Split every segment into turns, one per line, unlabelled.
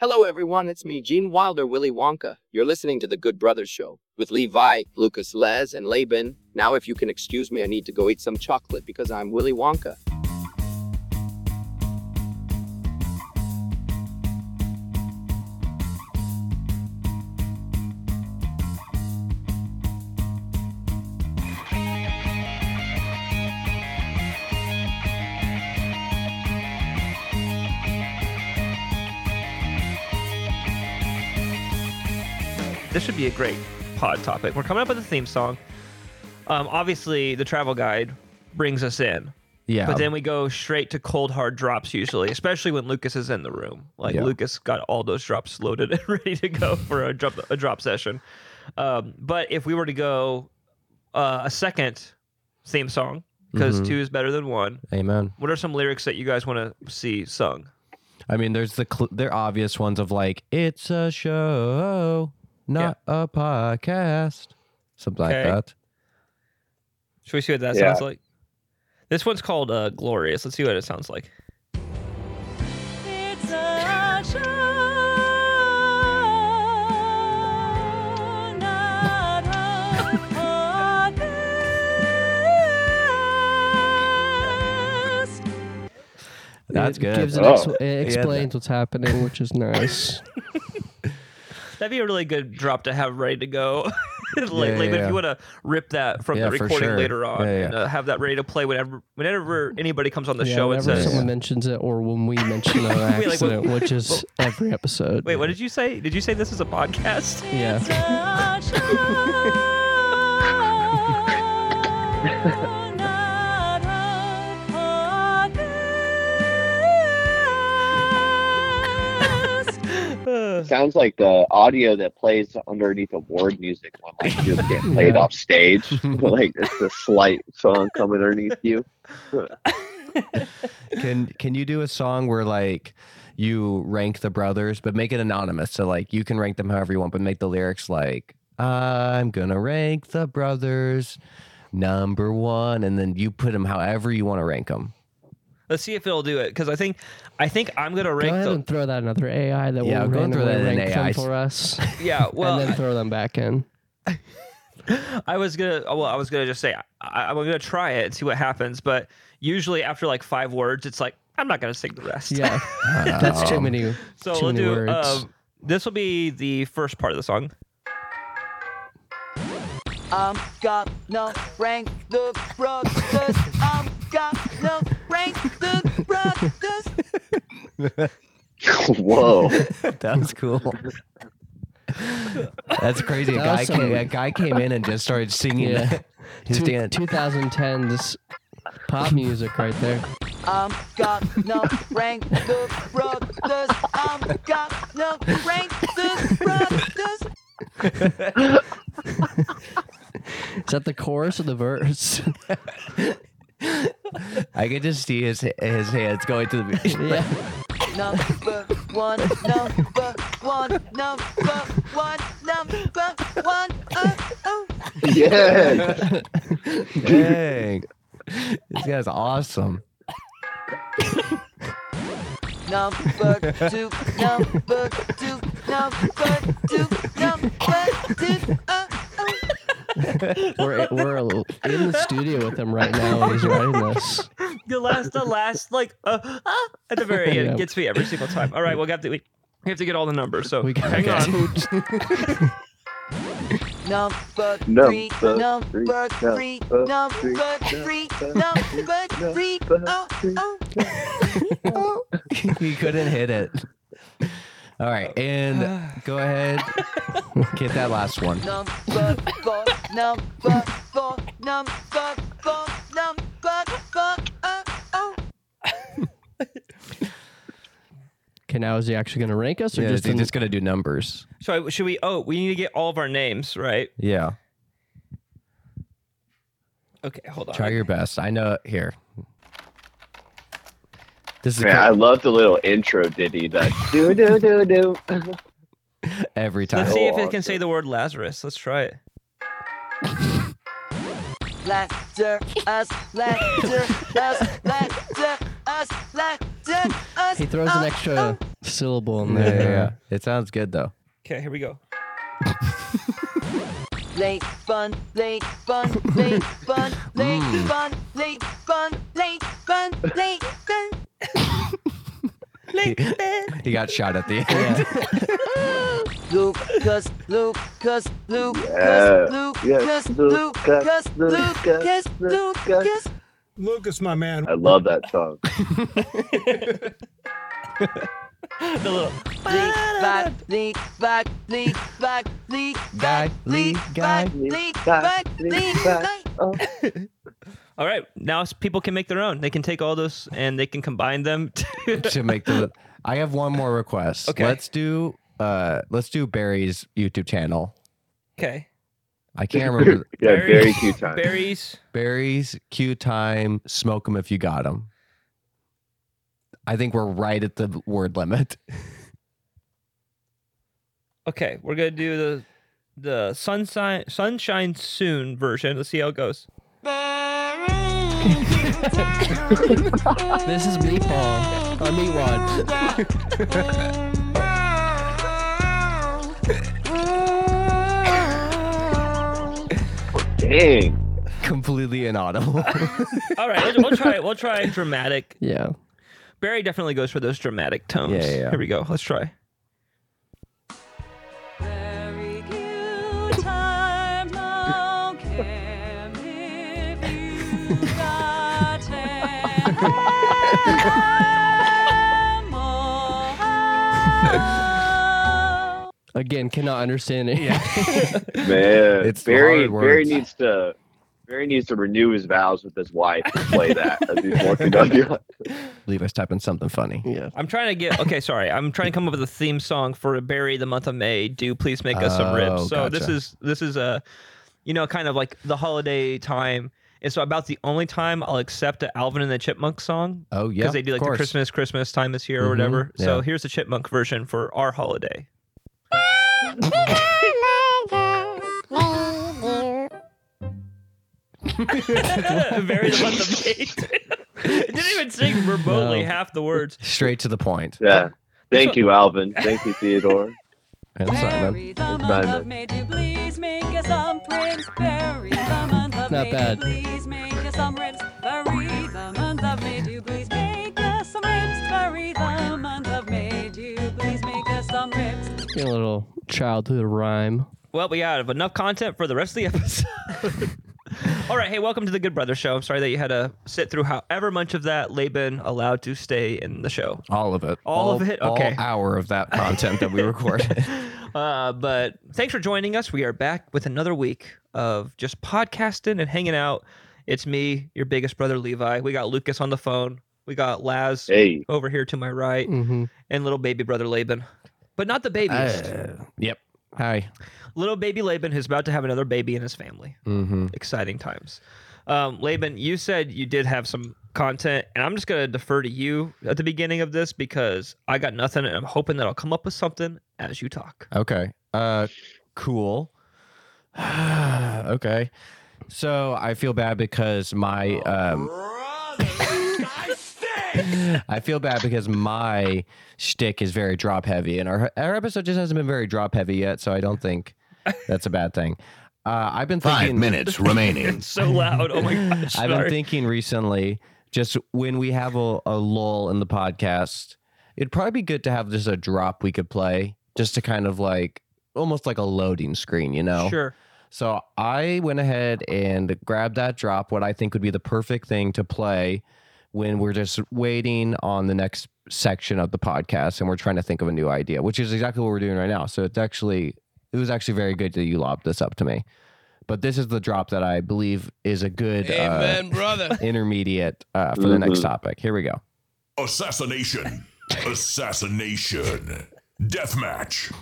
Hello, everyone. It's me, Gene Wilder, Willy Wonka. You're listening to The Good Brothers Show with Levi, Lucas Les, and Laban. Now, if you can excuse me, I need to go eat some chocolate because I'm Willy Wonka.
This should be a great pod topic. We're coming up with a theme song. Um, obviously, the travel guide brings us in,
Yeah.
but then we go straight to cold hard drops usually, especially when Lucas is in the room. Like
Yeah.
Lucas got all those drops loaded and ready to go for a drop a drop session. Um, but if we were to go uh, a second theme song, because
Mhm.
two is better than one.
Amen.
What are some lyrics that you guys want to see sung?
I mean, there's the cl- they're obvious ones of like it's a show, not a podcast, something
Okay.
like that.
Should we see what that
Yeah.
sounds like? This one's called uh, "Glorious." Let's see what it sounds like.
It's a show, not a podcast.
That's
it
good.
Gives an
Oh.
ex- it explains what's happening, which is nice.
That'd be a really good drop to have ready to go lately.
yeah,
But if
yeah.
you want to rip that from
Yeah,
the
for
recording
sure.
later on
Yeah, yeah.
and uh, have that ready to play whenever whenever anybody comes on the
yeah,
show and
whenever
says,
someone mentions it, or when we mention an
like,
accident,
well-
which is every episode.
"Wait, what did you say? Did you say this is a podcast?"
Yeah.
It's a show, not a podcast.
Uh,
Sounds like the audio that plays underneath award music when like you just get played
Yeah.
off stage. like it's a slight song coming underneath you.
Can can you do a song where like you rank the brothers, but make it anonymous? So like you can rank them however you want, but make the lyrics like I'm gonna rank the brothers number one, and then you put them however you want to rank them.
let's see if it'll do it because I think I think I'm gonna
Go
rank
ahead
them.
and throw that another AI that
Yeah,
will
go and throw
randomly
that in
rank
AI.
them for us,
Yeah, well,
and then throw them back in.
I was gonna. oh, Well, I was gonna just say I, I'm gonna try it and see what happens. But usually after like five words, it's like I'm not gonna sing the rest.
Yeah, that's too
Um,
many.
So
too
we'll
many
do.
words.
Um, this will be the first part of the song.
I'm got no rank the brothers. I'm got no rank the brothers.
Whoa.
That's cool. That's crazy. A
That
guy,
was
came,
some-
a guy came in and just started singing
Yeah.
that. his
Two-
dance.
2010s pop music right there.
I'm got no rank the brothers. I'm got no rank the brothers.
Is that the chorus or the verse?
I could just see his his hands going to the.
yeah.
Number one, number one, number one, number one. Uh, oh.
yes.
Dang. This guy's awesome.
Number two, number two, number two, number two. Uh, oh.
We're we're in the studio with him right now, and he's writing this.
the last the last like uh, ah, at the very end
Yeah.
gets me every single time. All right, we'll have to we, we have to get all the numbers. So
We got
hang on.
Number
Number
three, number
three,
three,
number
number
three,
three, number three. Oh, oh.
he couldn't hit it. All right, and go ahead, get that last one.
Number four, number four, number four, number four. Oh, oh.
Okay, now is he actually going to rank us, or
Yeah,
just,
he's
in-
just gonna do numbers.
So I- should we? Oh, we need to get all of our names right.
Yeah,
Okay, hold on.
try your best. I know here. This is
Man, I love the little intro ditty that do do do do.
every
Let's
time.
see if it can say the word Lazarus. Let's try it.
Laughter, us, laughter, us, laughter, us, laughter, us.
he throws an
oh,
extra
oh.
syllable in
Yeah,
there.
yeah, yeah. It sounds good though.
Okay, here we go.
Late fun, late fun, late fun, late
Mm.
fun, late fun, late fun, late fun.
He got shot at the end.
Lucas, Lucas, Lucas,
Yeah.
Lucas,
Yes,
Lucas,
Lucas,
Lucas,
Lucas,
Lucas.
Lucas.
Lucas, my man.
I love that song.
The little
Leak back, leak back, leak back, leak
Guy,
back, leak back,
leak
leak
back,
back,
leak
leak
back.
back.
All right, now s- people can make their own. They can take all those and they can combine them. to-
to make the. I have one more request.
Okay.
Let's do. Uh, let's do Barry's YouTube channel.
okay.
I can't remember
Yeah,
Very-
very cute time.
Berries.
Barry's Q time. Smoke them if you got them. I think we're right at the word limit.
Okay, we're gonna do the the sunshine sunshine soon version. Let's see how it goes.
This is meatball. Or meat wad.
Dang.
Completely inaudible.
All right, we'll, we'll try. We'll try dramatic.
Yeah.
Barry definitely goes for those dramatic tones.
Yeah, yeah, yeah.
Here we go. Let's try.
Very cute time long can if you got an animal.
Again, cannot understand it. Yeah.
Man.
It's
Barry Barry
hard words.
needs to Barry needs to renew his vows with his wife and play that as he's walking down the aisle.
Leave us typing something funny.
yeah.
I'm trying to get. Okay, sorry. I'm trying to come up with a theme song for Barry the month of May. Do please make us some
Oh,
ribs. So this
gotcha.
is this is a, you know, kind of like the holiday time. And so about the only time I'll accept a Alvin and the Chipmunks song
Oh yeah,
because they do
of
like the
course.
Christmas Christmas time is here or
Mhm,
whatever. So
yeah.
here's the Chipmunk version for our holiday. Barry the month of May. it didn't even sing remotely
No.
half the words.
Straight to the point.
Yeah. Thank you, Alvin. Thank you, Theodore.
And Simon.
Barry the month of
Simon.
May, do please make us some ribs. Barry the month of
Not
May, do
bad.
please make us some ribs. Barry the month of May, do please make us some ribs. Barry the month of May, do please make us some ribs.
Get a little childhood rhyme.
Well, we have enough content for the rest of the episode. All right, hey, welcome to the Good Brother Show. I'm sorry that you had to sit through however much of that Laban allowed to stay in the show.
All of it.
All of it? Okay.
All hour of that content that we recorded.
Uh, but thanks for joining us. We are back with another week of just podcasting and hanging out. It's me, your biggest brother Levi. We got Lucas on the phone. We got Laz
Hey.
over here to my right,
Mm-hmm.
and little baby brother Laban. But not the babiest.
Uh, yep. Hi.
little baby Laban is about to have another baby in his family.
Mm-hmm.
exciting times. Um, Laban, you said you did have some content, and I'm just going to defer to you at the beginning of this because I got nothing, and I'm hoping that I'll come up with something as you talk.
Okay. Uh cool. okay. So I feel bad because my um I feel bad because my shtick is very drop heavy, and our our episode just hasn't been very drop heavy yet. So I don't think that's a bad thing. Uh, I've been thinking,
Five minutes remaining.
It's so loud. Oh my gosh.
I've
sorry.
been thinking recently, just when we have a, a lull in the podcast, it'd probably be good to have just a drop we could play, just to kind of like almost like a loading screen, you know?
Sure.
So I went ahead and grabbed that drop, what I think would be the perfect thing to play when we're just waiting on the next section of the podcast and we're trying to think of a new idea, which is exactly what we're doing right now. So it's actually it was actually very good that you lobbed this up to me. But this is the drop that I believe is a good uh,
brother.
intermediate uh, for the next
Mhm.
topic. Here we go.
Assassination. Assassination. Deathmatch.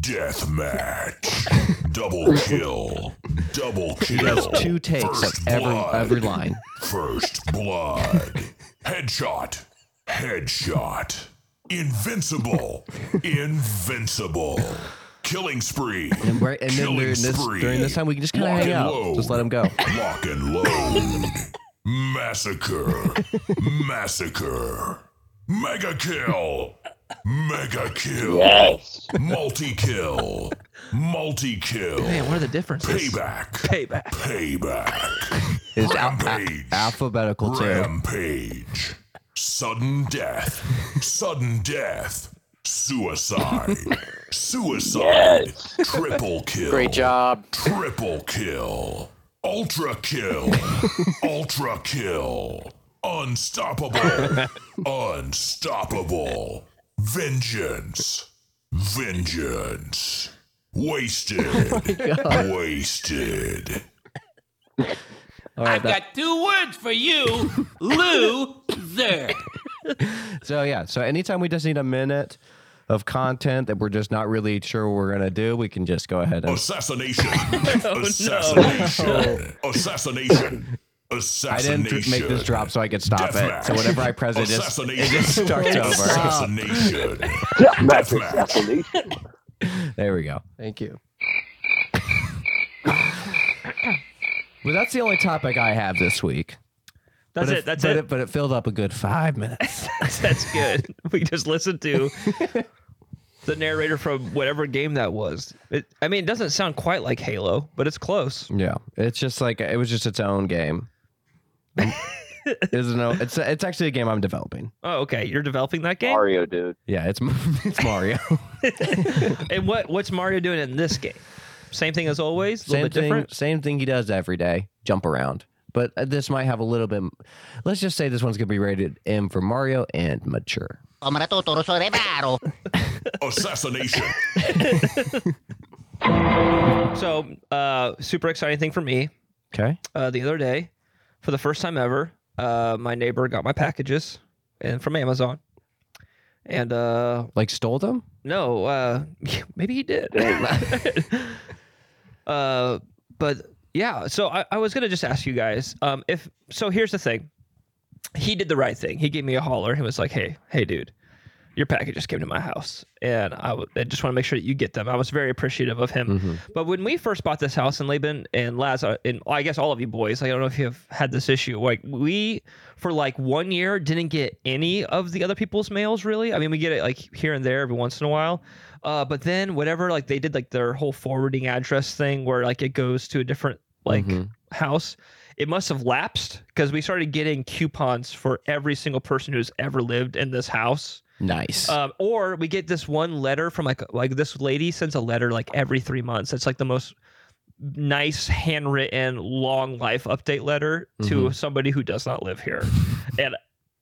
Deathmatch. Double kill. Double
He
kill.
has two takes of
First
every
blood.
every line.
First blood. Headshot. Headshot. Invincible. Invincible. Killing spree.
And, right, and then
Killing
during this,
spree.
during this time, we can just kind of
Lock
hang
and
out.
load.
Just let him go.
Lock and load. Massacre. Massacre. Mega kill. Mega kill.
Yes.
Multi kill. Multi
Man,
kill.
what are the differences?
Payback.
Payback.
Payback.
It's al- a-
Rampage.
alphabetical too.
Rampage. Sudden death. Sudden death. Suicide. Suicide.
Yes.
Triple kill.
Great job.
Triple kill. Ultra kill. Ultra kill. Unstoppable. Unstoppable. Vengeance. Vengeance. Wasted. Wasted.
All right,
I've got two words for you, loser.
So yeah, so anytime we just need a minute of content that we're just not really sure what we're gonna do, we can just go ahead and.
Assassination. Assassination. Assassination.
I
Assassination.
didn't dr- make this drop so I could stop it.
Deathmatch.
So whenever I press it, just, it
Assassination.
just starts over.
Assassination.
That's
Deathmatch.
assassination.
There we go.
thank you.
Well, that's the only topic I have this week.
That's
but
it. That's
but
it.
But it filled up a good five minutes.
That's good. We just listened to the narrator from whatever game that was. It, I mean, it doesn't sound quite like Halo, but it's close.
yeah, it's just like it was just its own game. it's, no, it's it's actually a game I'm developing.
Oh, okay. You're developing that game.
Mario, dude.
Yeah, it's it's Mario.
And what what's Mario doing in this game? Same thing as always. A little
same
bit
thing.
different.
Same thing he does every day. Jump around. But uh, this might have a little bit. Let's just say this one's gonna be rated M for Mario and mature.
Assassination.
So, uh, super exciting thing for me.
Okay.
Uh, the other day, for the first time ever, uh, my neighbor got my packages and from Amazon. And uh,
Like stole them.
No, uh, maybe he did. uh, but yeah, so I, I was gonna just ask you guys, um, if so, here's the thing. He did the right thing. He gave me a holler. He was like, "Hey, hey, dude, your package just came to my house, and I w- I just want to make sure that you get them." I was very appreciative of him. But when we first bought this house in Laban and Laz, uh, and I guess all of you boys, I don't know if you have had this issue. Like we, for like one year, didn't get any of the other people's mails. Really, I mean, we get it like here and there every once in a while. Uh, but then whatever, like they did like their whole forwarding address thing, where like it goes to a different like
Mhm.
house. It must have lapsed because we started getting coupons for every single person who's ever lived in this house.
Nice.
Um, or we get this one letter from like like this lady sends a letter like every three months. It's like the most nice handwritten long life update letter to somebody who does not live here. and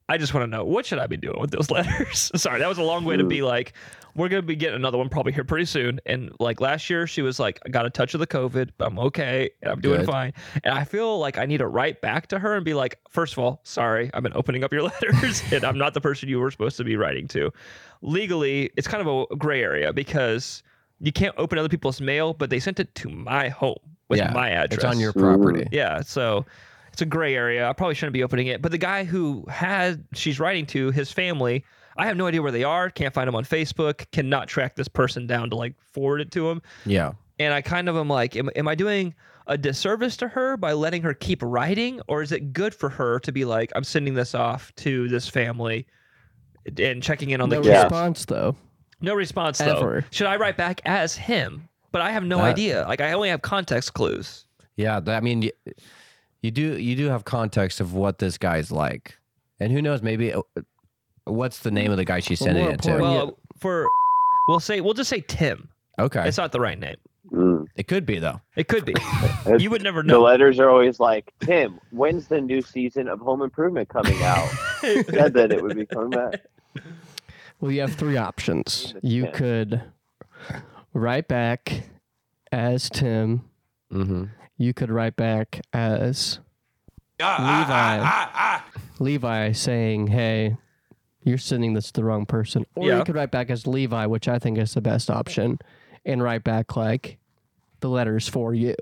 I just want to know what should I be doing with those letters? Sorry, that was a long way to be like we're gonna be getting another one probably here pretty soon. And like last year, she was like, I got a touch of the COVID, but I'm okay and I'm doing
Good.
fine. And I feel like I need to write back to her and be like, first of all, sorry, I've been opening up your letters and I'm not the person you were supposed to be writing to. Legally, it's kind of a gray area because you can't open other people's mail, but they sent it to my home with
Yeah,
my address.
it's on your property.
Yeah, so it's a gray area. I probably shouldn't be opening it. But the guy who had she's writing to his family, I have no idea where they are. Can't find them on Facebook. Cannot track this person down to like forward it to him.
Yeah.
And I kind of am like, am, am I doing a disservice to her by letting her keep writing, or is it good for her to be like, I'm sending this off to this family and checking in on
No
the kids?
response though.
No response though.
Ever.
Should I write back as him? But I have no
That-
idea. Like I only have context clues.
Yeah. that- I mean, you, you do you do have context of what this guy's like, and who knows? Maybe uh, what's the name of the guy she's
Well,
sending
more
it to?
important-
Well, for we'll say we'll just say Tim.
okay.
It's not the right name.
Mm.
it could be though.
It could be.
It's-
you would never
The
know.
letters are always like, Tim, when's the new season of Home Improvement coming out? Said that it would be coming back.
Well, you have three options. You
Yeah.
could write back as Tim.
Mm-hmm.
You could write back as
Ah,
Levi. Levi saying, "Hey, you're sending this to the wrong person," or
Yeah.
you could write back as Levi, which I think is the best option, and write back like the letters for you.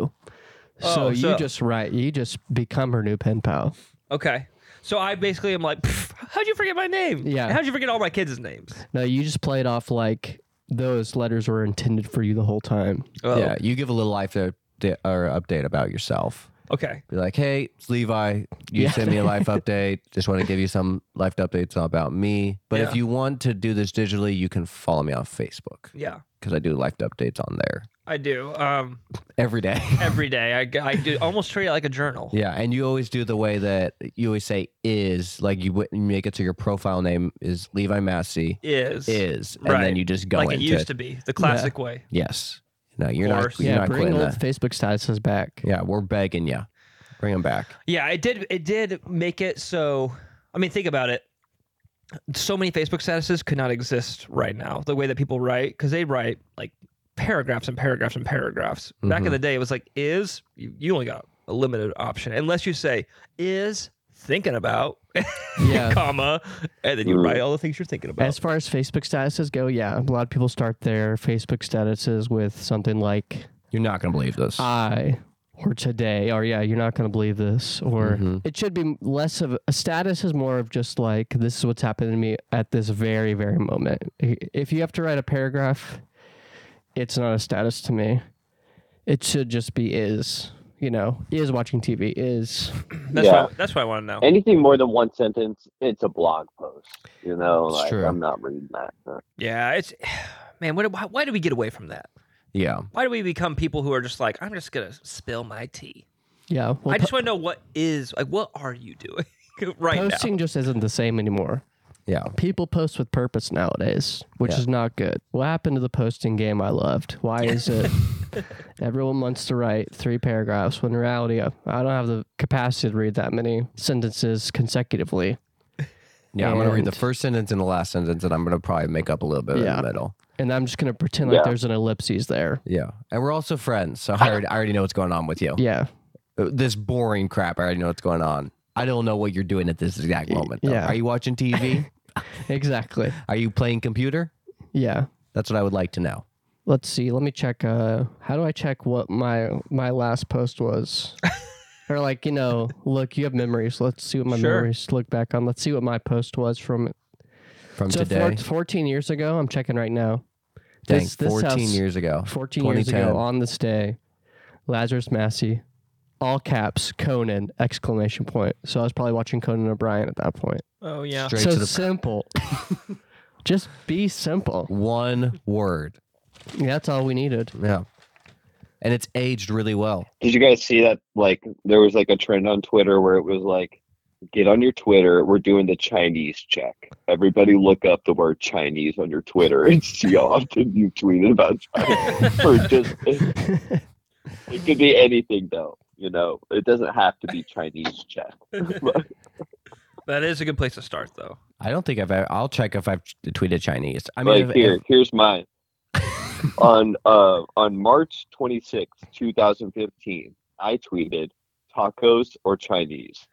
so
Oh,
you
so-
just write, you just become her new pen pal.
Okay. So I basically am like, "Pff, how'd you forget my name?
Yeah.
How'd you forget all my kids' names?
No, you just play it off like those letters were intended for you the whole time.
Oh.
Yeah. You give a little life to, or update about yourself.
Okay.
Be like, hey, it's Levi. You
Yeah.
sent me a life update. Just want to give you some life updates about me. But
Yeah.
if you want to do this digitally, you can follow me on Facebook
Yeah,
because I do life updates on there
I do. Um,
every day.
every day I, g- I do almost treat it like a journal.
yeah, and you always do the way that you always say is like you wouldn't make it to your profile name is Levi Massey
Is
is, and
Right.
then you just go
like it
into
used to be the classic way.
Yes. No, you're not.
course.
You're
yeah,
not
bring
quitting
old
that.
Facebook statuses back.
yeah, we're begging you. Bring them back.
Yeah, it did. It did make it so. I mean, think about it. So many Facebook statuses could not exist right now. The way that people write, because they write like paragraphs and paragraphs and paragraphs. Back in
Mhm.
the day, it was like is. You, you only got a limited option unless you say is thinking about,
Yeah.
comma, and then you
Mm.
write all the things you're thinking about.
As far as Facebook statuses go, yeah, a lot of people start their Facebook statuses with something like
You're not gonna believe this.
Uh,
I or today or yeah, you're not going to believe this or
Mhm.
it should be less of a status is more of just like this is what's happening to me at this very very moment. I- If you have to write a paragraph, it's not a status to me. It should just be is, you know, is watching TV is
that's
Yeah.
what, that's what I want to know.
Anything more than one sentence, it's a blog post. You know,
It's
like
true.
I'm not reading that.
yeah, it's man. What, why, why do we get away from that?
yeah.
Why do we become people who are just like I'm just gonna spill my tea?
yeah, well,
I just want to know what is like. What are you doing right
posting just isn't the same anymore.
Yeah.
people post with purpose nowadays, which
Yeah.
is not good. What happened to the posting game I loved? Why is it everyone wants to write three paragraphs when in reality I I don't have the capacity to read that many sentences consecutively?
Yeah, I'm gonna read the
And-
first sentence and the last sentence, and I'm gonna probably make up a little bit in
Yeah.
the middle.
And I'm just going to pretend
Yeah.
like there's an ellipses there.
Yeah, and we're also friends, so I already, I already know what's going on with you.
Yeah.
Uh, This boring crap, I already know what's going on. I don't know what you're doing at this exact moment. Though.
yeah.
Are you watching TV?
Exactly.
Are you playing computer?
Yeah.
That's what I would like to know.
Let's see. Let me check uh how do I check what my my last post was? or like, you know, look, you have memories. Let's see what my
Sure.
memories look back on. Let's see what my post was from
From
so
today,
four- 14 years ago, I'm checking right now.
dang,
this- this
14
house-
years ago,
14 years ago
2010.
on this day, Lazarus Massey, all caps, Conan, exclamation point. So I was probably watching Conan O'Brien at that point.
now? Oh yeah.
straight
so
to the
simple. Just be simple.
one word.
That's all we needed.
Yeah, and it's aged really well.
Did you guys see that? Like, there was like a trend on Twitter where it was like, get on your Twitter. We're doing the Chinese check. Everybody look up the word Chinese on your Twitter and see how often you tweeted about China. or just, it could be anything though. You know, it doesn't have to be Chinese check.
That is a good place to start, though.
I don't think I've. ever- I'll check if I've tweeted Chinese. I mean,
Like
if- if-
here, here's mine. on uh, on March 26, 2015, I tweeted tacos or Chinese.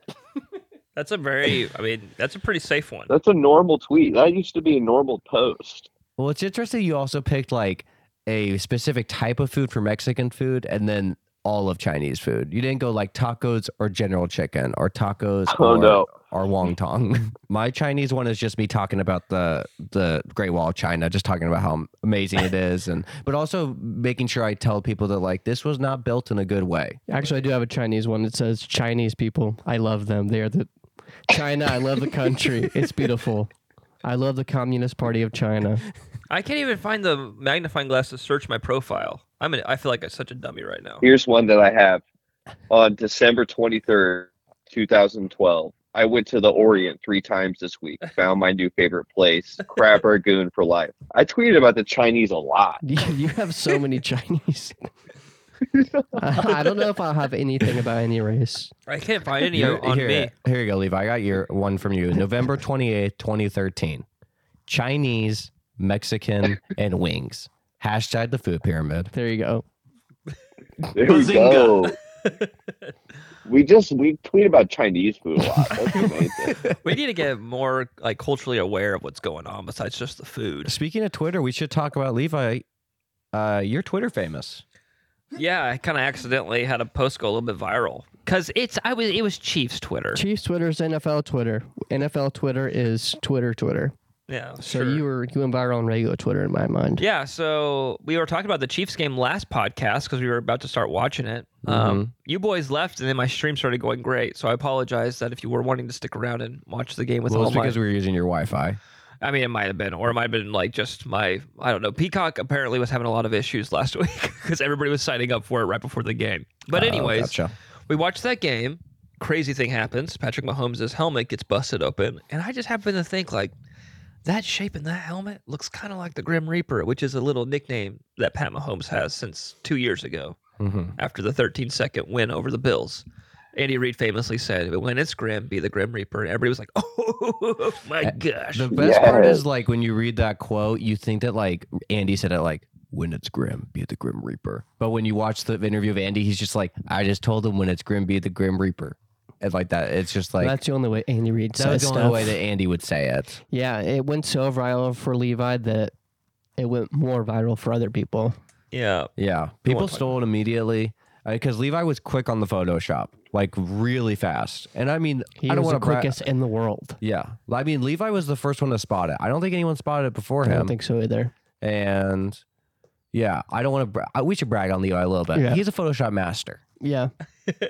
That's a very. I mean, that's a pretty safe one.
That's a normal tweet. That used to be a normal post.
Well, it's interesting you also picked like a specific type of food for Mexican food and then all of Chinese food. You didn't go like tacos or general chicken or tacos
Oh
or,
no.
or wonton. My Chinese one is just me talking about the the Great Wall of China, just talking about how amazing it is and but also making sure I tell people that like this was not built in a good way.
Actually, I do have a Chinese one. It says Chinese people. I love them. They are the China. I love the country. It's beautiful. I love the Communist Party of China.
I can't even find the magnifying glass to search my profile. I'm. An, I feel like I'm such a dummy right now.
Here's one that I have. On December 23rd, 2012, I went to the Orient three times this week. Found my new favorite place, Crab Ragoon for life. I tweeted about the Chinese a lot.
You you have so many Chinese. I I don't know if I'll have anything about any race.
I can't find any
Here-
on
here,
me.
Here you go, Levi. I got your one from you. November 28th, 2013. Chinese, Mexican, and wings. Hashtag the food pyramid.
There you go.
There we
Bazinga.
go. We just we tweet about Chinese food a lot. That's amazing.
We need to get more like culturally aware of what's going on besides just the food.
Speaking of Twitter, we should talk about Levi. Uh, you're Twitter famous.
Yeah, I kind of accidentally had a post go a little bit viral because it's. I was. It was Chiefs Twitter.
Chiefs Twitter is NFL Twitter. NFL Twitter is Twitter Twitter.
Yeah.
So
sure.
you were you went viral on regular Twitter in my mind.
Yeah, so we were talking about the Chiefs game last podcast because we were about to start watching it.
Mm-hmm.
Um, you boys left, and then my stream started going great. So I apologize that if you were wanting to stick around and watch the game with
well,
all
it's
my,
because we were using your Wi-Fi.
I mean, it might have been, or it might have been like just my, I don't know. Peacock apparently was having a lot of issues last week because everybody was signing up for it right before the game. But
Oh,
anyways,
gotcha.
we watched that game. Crazy thing happens. Patrick Mahomes' helmet gets busted open, and I just happen to think like that shape in that helmet looks kind of like the Grim Reaper, which is a little nickname that Pat Mahomes has since two years ago
Mhm.
after the 13 second win over the Bills. Andy Reid famously said, "When it's grim, be the Grim Reaper." And everybody was like, "Oh my gosh!"
The best part
Yeah.
is like when you read that quote, you think that like Andy said it like when it's grim, be the Grim Reaper. But when you watch the interview of Andy, he's just like, I just told him when it's grim, be the Grim Reaper, and like that. It's just like
That's the only way Andy Reid
that
says
was the
stuff.
only way that Andy would say it.
yeah, it went so viral for Levi that it went more viral for other people.
yeah,
Yeah, people stole it immediately because Levi was quick on the Photoshop, like really fast. And I mean,
He
I don't
was
want
the
to bri-
quickest in the world.
Yeah, I mean, Levi was the first one to spot it. I don't think anyone spotted it before
I
him.
don't think so either.
and yeah, I don't want to. Bra- I- we should brag on Levi a little bit.
Yeah.
He's a Photoshop master.
Yeah,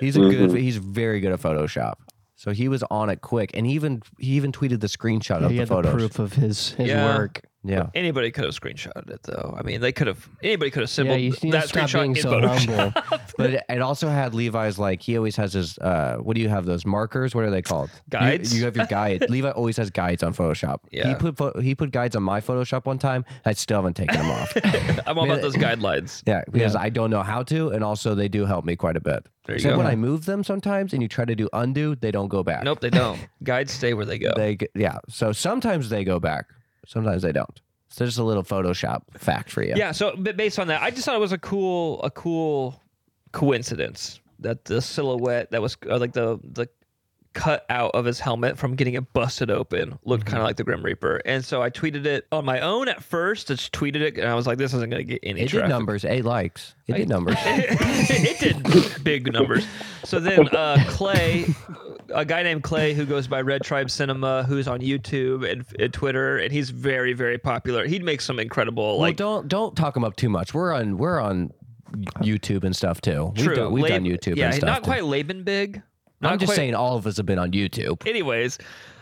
He's a good.
Mhm.
He's very good at Photoshop. So he was on it quick, and he even he even tweeted the screenshot of
he
the
had the
photos.
proof of his his
Yeah.
work.
Yeah,
anybody could have screenshotted it though. I mean, they could have. Anybody could have
Yeah,
assembled
you need to
that
stop
screenshot
being
in
so
Photoshop.
humble.
but it, it also had Levi's like he always has his. Uh, what do you have those markers? What are they called? You-
Guides?
You, have your guide. Levi always has guides on Photoshop.
Yeah.
He put pho- he put guides on my Photoshop one time. I still haven't taken them off.
I'm all about those guidelines.
Yeah, because I don't know how to, and also they do help me quite a bit.
There you
Except
go.
when I move them sometimes, and you try to do undo, they don't go back.
Nope, they don't. Guides stay where they go.
They g- yeah. So sometimes they go back, sometimes they don't. So just a little Photoshop fact for you.
yeah. So b- based on that, I just thought it was a cool, a cool coincidence that the silhouette that was uh, like the the cut out of his helmet from getting it busted open looked kind of like the Grim Reaper, and so I tweeted it on my own at first. Just tweeted it, and I was like, "This isn't going to get any
It did
traffic."
numbers, eight likes. It did numbers.
it did big numbers. So then uh, Clay, a guy named Clay who goes by Red Tribe Cinema, who's on YouTube and, and Twitter, and he's very very popular. He'd make some incredible like
well, don't don't talk them up too much. We're on we're on YouTube and stuff too.
true.
We've done, we've done
Lab-
YouTube.
Yeah,
and stuff
not
too.
quite Laban big. Not
I'm just
quite-
saying, all of us have been on YouTube.
Anyways,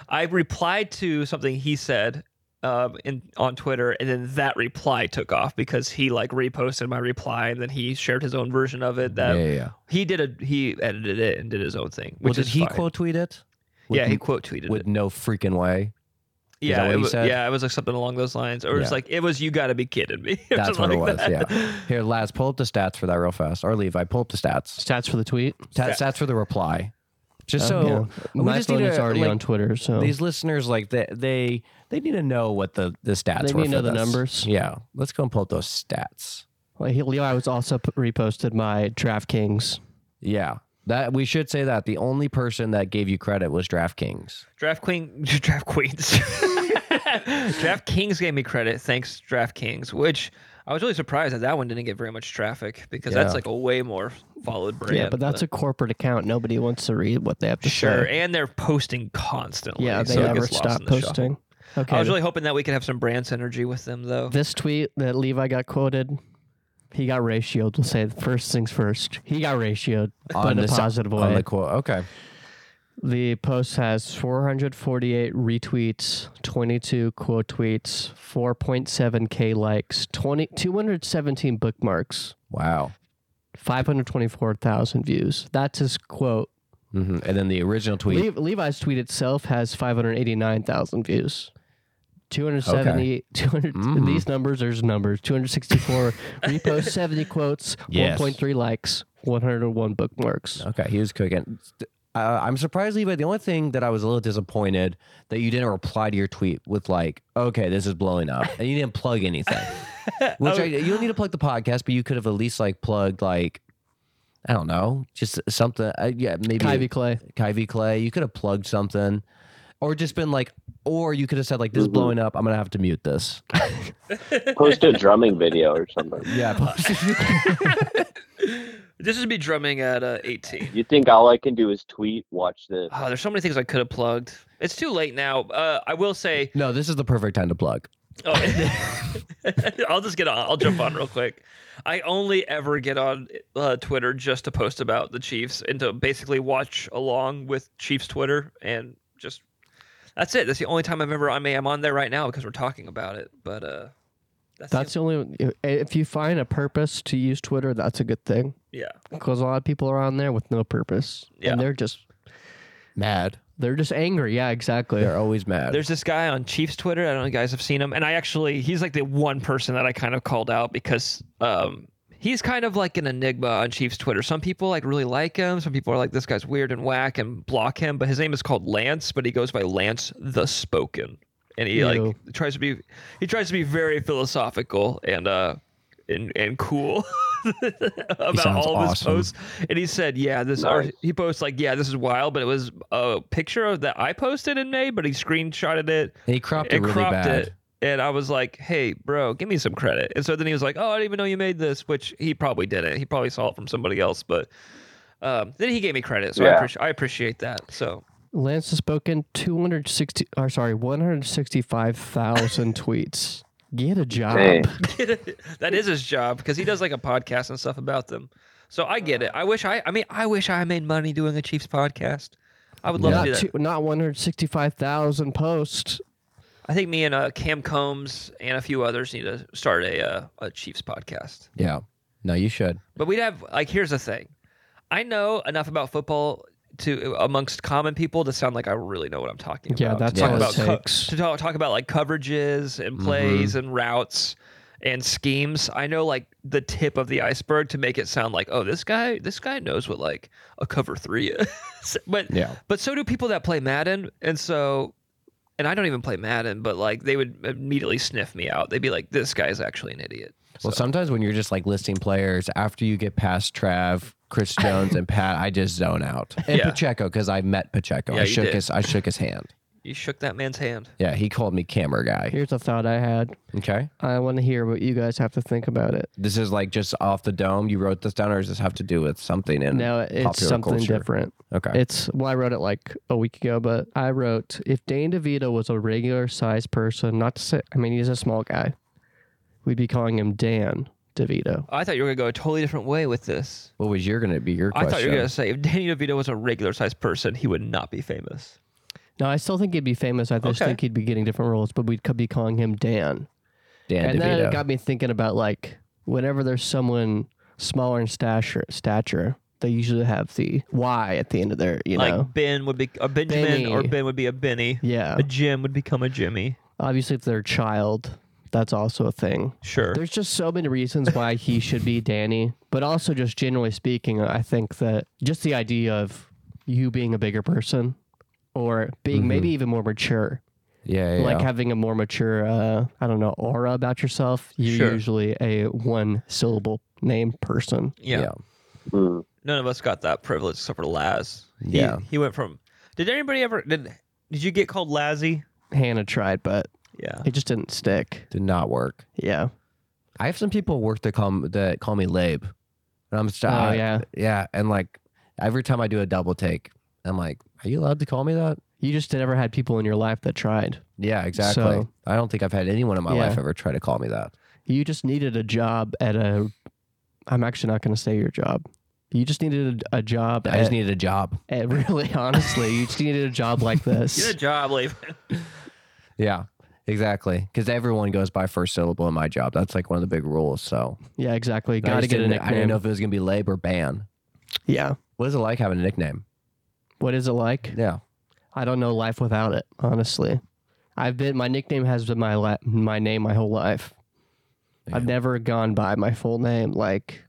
I replied to something he said. Um, in on Twitter, and then that reply took off because he like reposted my reply, and then he shared his own version of it. That
yeah, yeah. yeah.
he did a he edited it and did his own thing,
Well,
which
did
is
he
fine.
quote tweet it?
yeah,
With-
he quote tweeted
with
it.
no freaking way. Is that
Yeah,
what
it
he
was,
said?
yeah, it was like something along those lines, or it was
Yeah.
like it was you got to be kidding me. It
That's what it
like
was. Yeah. Here, Laz, pull up the stats for that real fast. Or Levi, pull up the stats.
Stats for the tweet.
Ta- stats for the reply. Just
Um,
so
yeah. Oh.
we
my
just
phone
need
is
to,
already
like,
on Twitter, so
These listeners, like they, they, they need to know what the the stats.
They
were
need to know
for
the
this.
numbers.
Yeah, let's go and pull up those stats.
Well, he, Levi was also p- reposted my DraftKings.
Yeah, that we should say that the only person that gave you credit was DraftKings.
Draft Queen, Draft Queens, Draft Kings gave me credit. Thanks, Draft Kings, which I was really surprised that that one didn't get very much traffic because that's
Yeah.
like a way more followed brand.
Yeah, but that's a corporate account. Nobody wants to read what they have to
sure,
say.
and they're posting constantly.
Yeah, they
so it
never
gets lost
stop
in the shuffle.
posting. Okay.
I was really hoping that we could have some brand synergy with them, though.
this tweet that Levi got quoted, he got ratioed. We'll say the first things first. He got ratioed, but in a
the
uh,
si-
positive
On
way.
the quote, okay.
The post has 448 retweets, 22 quote tweets, 4.7k likes, 20, 217 bookmarks,
Wow.
524,000 views. That's his quote.
hmm And then the original tweet.
Le- Levi's tweet itself has 589,000 views. 270, 200,
Mhm.
these numbers, there's numbers. 264 reposts, 70 quotes,
Yes.
1.3 likes, 101 bookmarks.
Okay, he was cooking. Uh, I'm surprised, Levi. The only thing that I was a little disappointed that you didn't reply to your tweet with like, "Okay, this is blowing up," and you didn't plug anything. Which I, you don't need to plug the podcast, but you could have at least like plugged like, I don't know, just something. Uh, yeah, maybe
Kyvie Clay.
Kyvie Clay. You could have plugged something, or just been like, or you could have said like, "This is blowing up. I'm gonna have to mute this."
Post a drumming video or something.
Yeah,
This would be drumming at uh, 18.
You think all I can do is tweet? Watch this.
Oh, there's so many things I could have plugged. It's too late now. Uh, I will say,
No, this is the perfect time to plug.
oh, I'll just get on. I'll jump on real quick. I only ever get on uh, Twitter just to post about the Chiefs and to basically watch along with Chiefs Twitter and just that's it. That's the only time I've ever. I mean, I'm on there right now because we're talking about it. But uh, that's, the
That's the only. If you find a purpose to use Twitter, that's a good thing
only- yeah.
because a lot of people are on there with no purpose.
Yeah.
and they're just
Mad.
they're just angry. Yeah, exactly.
They're always mad.
There's this guy on Chiefs Twitter. I don't know if you guys have seen him. And I actually, he's like the one person that I kind of called out because um, he's kind of like an enigma on Chiefs Twitter. Some people like really like him. Some people are like, this guy's weird and whack and block him. But his name is called Lance, but he goes by Lance the Spoken. And he like
Ew.
tries to be, he tries to be very philosophical and, uh, and, and cool about
sounds
all of his
awesome.
posts. And he said, "Yeah, this." Or
Nice.
he posts like, "Yeah, this is wild," but it was a picture of that I posted and made, but he screenshotted it
he cropped it,
and
really
cropped
bad.
it. And I was like, "Hey, bro, give me some credit." And so then he was like, "Oh, I didn't even know you made this," which he probably didn't. He probably saw it from somebody else, but um, then he gave me credit, so I,
Yeah.
appreci- I appreciate that. So
Lance has spoken 260 or sorry, 165,000 tweets. Get a job.
Dang.
that is his job because he does like a podcast and stuff about them. So I get it.
Uh.
I wish I. I mean, I wish I made money doing a Chiefs podcast. I would love to do
Not
that.
two, not 165,000 posts.
I think me and uh, Cam Combs and a few others need to start a uh, a Chiefs podcast.
Yeah. No, you should.
But we'd have like here's the thing, I know enough about football to amongst common people to sound like I really know what I'm talking
Yeah,
about.
that's
to
all it
about co-
takes.
to talk, talk about like coverages
Mm-hmm.
and plays and routes and schemes. I know like the tip of the iceberg to make it sound like oh this guy this guy knows what like a cover three is, but
Yeah.
but so do people that play Madden, and so, and I don't even play Madden, but like they would immediately sniff me out. They'd be like, "This guy's actually an idiot."
Well,
So-
sometimes when you're just like listing players, after you get past Trav, Chris Jones, and Pat, I just zone out. And
Yeah.
Pacheco, because I met Pacheco.
Yeah,
I
you
shook
did.
his I shook his hand.
you shook that man's hand.
Yeah, he called me camera guy.
Here's a thought I had.
Okay.
I want to hear what you guys have to think about it.
This is like just off the dome. You wrote this down, or does this have to do with something in
No, it's
popular
something
culture?
different.
Okay.
It's well, I wrote it like a week ago, but I wrote if Dane DeVito was a regular sized person, not to say, I mean, he's a small guy, we'd be calling him Dan DeVito.
I thought you were gonna go a totally different way with this.
what was your gonna be your
I
question?
thought you were gonna say if Danny DeVito was a regular sized person, he would not be famous.
No, I still think he'd be famous. I just
Okay.
think he'd be getting different roles, but we'd could be calling him Dan.
Dan
and then
DeVito.
it got me thinking about like whenever there's someone smaller in stature, stature, they usually have the Y at the end of their, you
like
know.
Ben would be a Benjamin, or
Benny. Oh.
Ben would be a Benny.
Yeah.
A Jim would become a Jimmy.
Obviously, if they're a child, that's also a thing.
Sure.
There's just so many reasons why he should be Danny, but also just generally speaking, I think that just the idea of you being a bigger person or being maybe even more mature
yeah, yeah.
like
yeah.
having a more mature uh i don't know aura about yourself you're
Sure.
usually a one syllable name person
yeah.
yeah.
Hmm.
None of us got that privilege except for Laz. He-
Yeah.
He went from. Did anybody ever? Did Did you get called Lazzy?
hannah tried but
Yeah.
it just didn't stick
Did not work.
yeah Oh,
I have some people at work that call m- that call me Labe, and I'm st-
oh
I-
yeah
yeah, and like every time I do a double take, I'm like, are you allowed to call me that?
you just never had people in your life that tried
Yeah, exactly.
So-
I don't think I've had anyone in my life
Yeah.
ever try to call me that.
you just needed a job at a i'm actually not going to say your job you just needed a, a job
I just
at-
needed a job.
at- really honestly you just needed a job like
Get a
this
job, leave.
Yeah, exactly. Because everyone goes by first syllable in my job. That's like one of the big rules. So
yeah exactly
I
gotta
just
get a
didn't- I didn't know
nickname
if it was gonna be Labe or Ban.
yeah
What is it like having a nickname?
what is it like
Yeah,
I don't know life without it, honestly. I've been my nickname has been my la- my name my whole life. I've
Yeah.
never gone by my full name like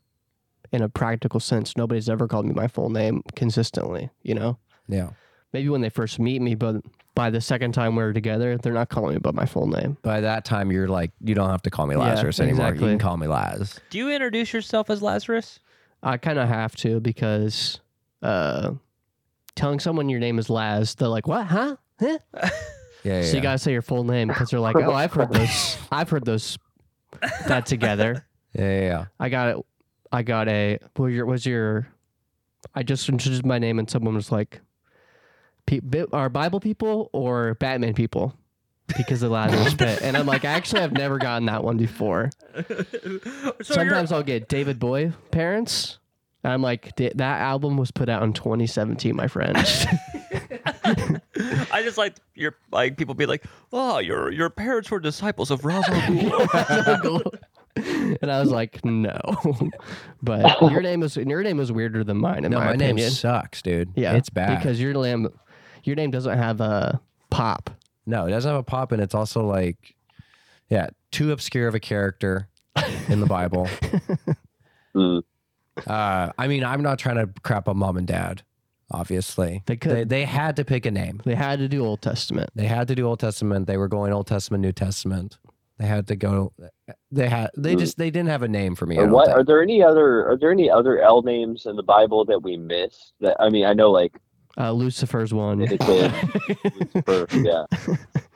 in a practical sense. Nobody's ever called me my full name consistently, you know?
yeah.
Maybe when they first meet me, but by the second time we're together, they're not calling me by my full name.
By that time, you're like, you don't have to call me
Yeah,
Lazarus anymore. You
exactly.
can call me Laz.
Do you introduce yourself as Lazarus?
I kind of have to because uh telling someone your name is Laz, they're like, "What? Huh?" Huh?"
Yeah, yeah.
So you
yeah.
gotta say your full name because they're like, "Oh, I've heard those. I've heard those that together."
yeah, yeah, yeah.
I got it I got a well your was your I just introduced my name and someone was like "Pe- Bi- are Bible people or Batman people because the Lazarus pit and I'm like actually I've never gotten that one before.
So
Sometimes I'll get David Bowie parents. And I'm like "Da- that album was put out in 2017, my friend.
I just like your like people be like, oh, your your parents were disciples of Ra's al Ghul.
and I was like, no. but your name is your name is weirder than mine. In
No, my,
my, opinion.
name sucks, dude.
Yeah,
it's bad.
because your name, your name doesn't have a pop.
no, it doesn't have a pop, and it's also like, yeah, too obscure of a character in the Bible.
Mm.
uh, I mean, I'm not trying to crap on mom and dad. Obviously,
They could-
They, they had to pick a name.
They had to do Old Testament.
They had to do Old Testament. They were going Old Testament, New Testament. They had to go. They had. They
Mm.
just. They didn't have a name for me. I
Or
don't
what
think.
are there any other are there any other L names in the Bible that we missed? That I mean, I know like
Uh, Lucifer's one.
it's a Lucifer, yeah.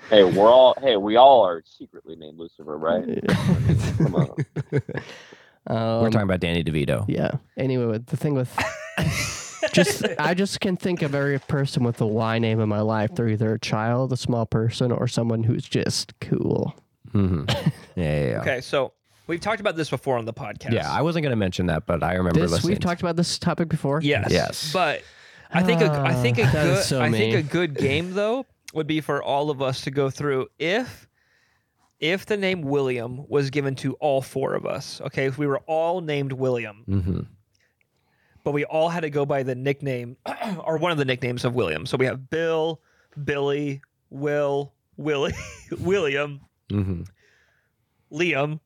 Hey, we're all hey, we all are secretly named Lucifer, right? Come on.
Um,
We're talking about Danny DeVito.
Yeah. Anyway, with- the thing with just I just can think of every person with a Y name in my life. They're either a child, a small person, or someone who's just cool.
hmm Yeah, yeah, yeah.
okay, so we've talked about this before on the podcast.
Yeah, I wasn't gonna mention that, but I remember
This
listening.
we've talked about this topic before.
Yes.
Yes.
But I think a, I think a
Ah, that is
good
so
I think
me.
a good game though would be for all of us to go through if if the name William was given to all four of us. Okay, if we were all named William,
hmm
but we all had to go by the nickname or one of the nicknames of William. So we have Bill, Billy, Will, Willie, William,
hmm
Liam.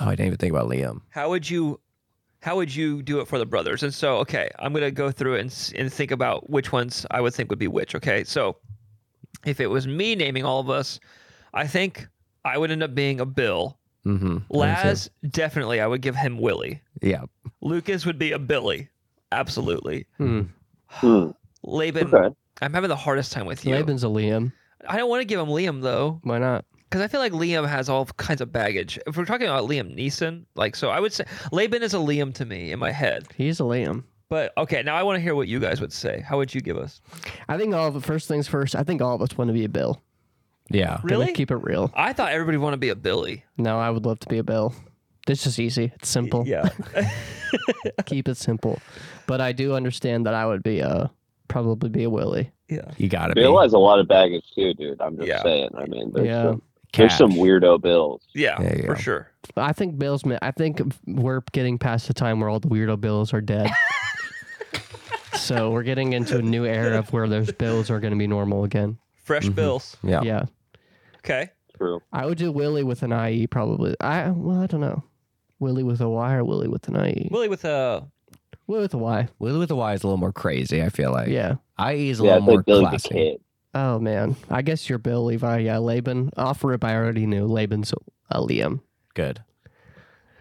Oh, I didn't even think about Liam.
How would you how would you do it for the brothers? And so, okay, I'm going to go through it and, s- and think about which ones I would think would be which, okay? So, if it was me naming all of us, I think I would end up being a Bill.
hmm
Laz, definitely, I would give him Willie.
Yeah.
Lucas would be a Billy. Absolutely.
Hmm.
Hmm,
Laban,
okay.
I'm having the hardest time with you.
Laban's a Liam.
I don't want to give him Liam though,
Why not?
because I feel like Liam has all kinds of baggage. If we're talking about Liam Neeson, like so, I would say Laban is a Liam to me in my head.
He's a Liam.
But okay, now I want to hear what you guys would say. How would you give us?
I think all of the first things first. I think all of us want to be a Bill.
Yeah.
Gonna
Really?
Keep it real.
I thought everybody would want to be a Billy.
No, I would love to be a Bill. It's just easy. It's simple.
Yeah.
Keep it simple. But I do understand that I would be a probably be a Willie.
yeah.
You gotta
Bill
be.
has a lot of baggage too, dude. I'm just
Yeah.
saying. I mean, there's
Yeah.
some, there's some
Cash.
weirdo bills.
Yeah.
There you
for
go.
sure.
I think Bill's. ma- I think we're getting past the time where all the weirdo Bills are dead. so we're getting into a new era of where those Bills are going to be normal again.
Fresh bills.
Yeah.
Yeah.
Okay.
True.
I would do Willie with an IE probably. I well, I don't know. Willie with a Y or Willie with an IE?
Willie with uh, a
Willie with a Y.
With, with the Y is a little more crazy. I E. feel like.
Yeah.
IE is a
Yeah, it's
little more
like Billy's a
classy.
kid.
Oh man, I guess you're Bill Levi. Yeah, Laban. Off rip, I already knew Laban's a Liam.
Good.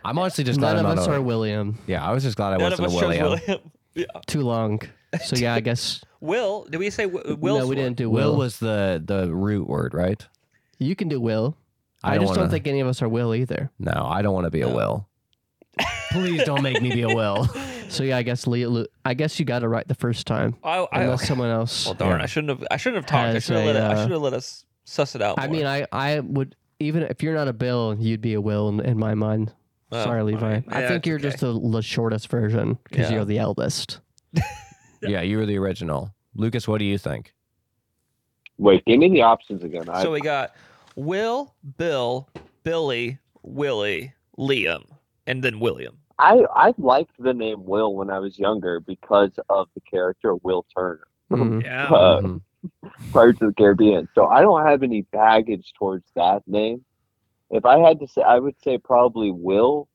I'm honestly just glad
None
I'm
of
not
us
a-
are William.
Yeah, I was just glad I
none of
wasn't
us
a
chose
William.
William. Yeah.
Too long. So yeah, I guess.
Will? Did we say Will? Uh, Will's
no, we
one?
didn't do Will.
Will was the the root word, right?
you can do Will. I, just
wanna,
don't think any of us are Will either.
No, I don't want to be a Will.
Please don't make me be a Will. so yeah, I guess Leo. Lu- I guess you got it right the first time,
I, I,
unless someone else.
Well, darn!
Yeah.
I shouldn't have. I shouldn't have talked. I
Has
should have let.
a,
it, I
uh,
should have let us suss it out.
I
more.
mean, I I would even if you're not a Bill, you'd be a Will in, in my mind.
Well,
Sorry,
all
Levi.
right.
I
Yeah, it's
think you're
Oh, okay.
just the, the shortest version because
Yeah.
you're the eldest.
Yeah, you were the original. Lucas, what do you think?
Wait, give me the options again. I,
So we got Will, Bill, Billy, Willie, Liam, and then William.
I I liked the name Will when I was younger because of the character Will Turner
Mm.
Yeah.
uh,
Mhm.
Pirates of the Caribbean. So I don't have any baggage towards that name. If I had to say, I would say probably Will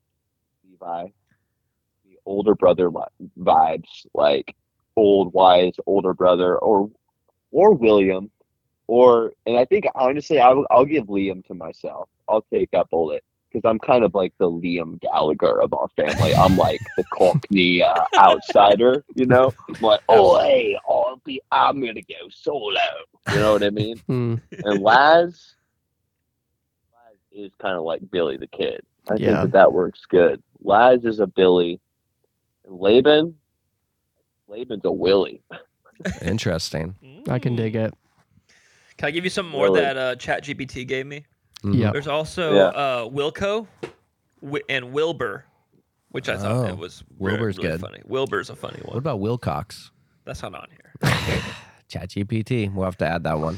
Levi, the older brother li- vibes, like old wise older brother, or or William, or and I think honestly I will, I'll give Liam to myself. I'll take up bullet because I'm kind of like the Liam Gallagher of our family. I'm like the Cockney uh, outsider, you know. I'm like, oh hey, I'll be, I'm gonna go solo. You know what I mean?
Mm.
And Laz, Laz is kind of like Billy the Kid. I
Yeah.
think that that works good. Laz is a Billy. And Laban, Laban's a Willie.
Interesting.
I can dig it.
Can I give you some more
Really?
that uh, ChatGPT gave me?
Mhm.
Yeah.
There's also
Yeah.
uh, Wilco wi- and Wilbur, which I thought
Oh,
that was re-
Wilbur's
really
good.
funny. Wilbur's a funny
What
one.
about Wilcox?
That's not on here.
ChatGPT. We'll have to add that one.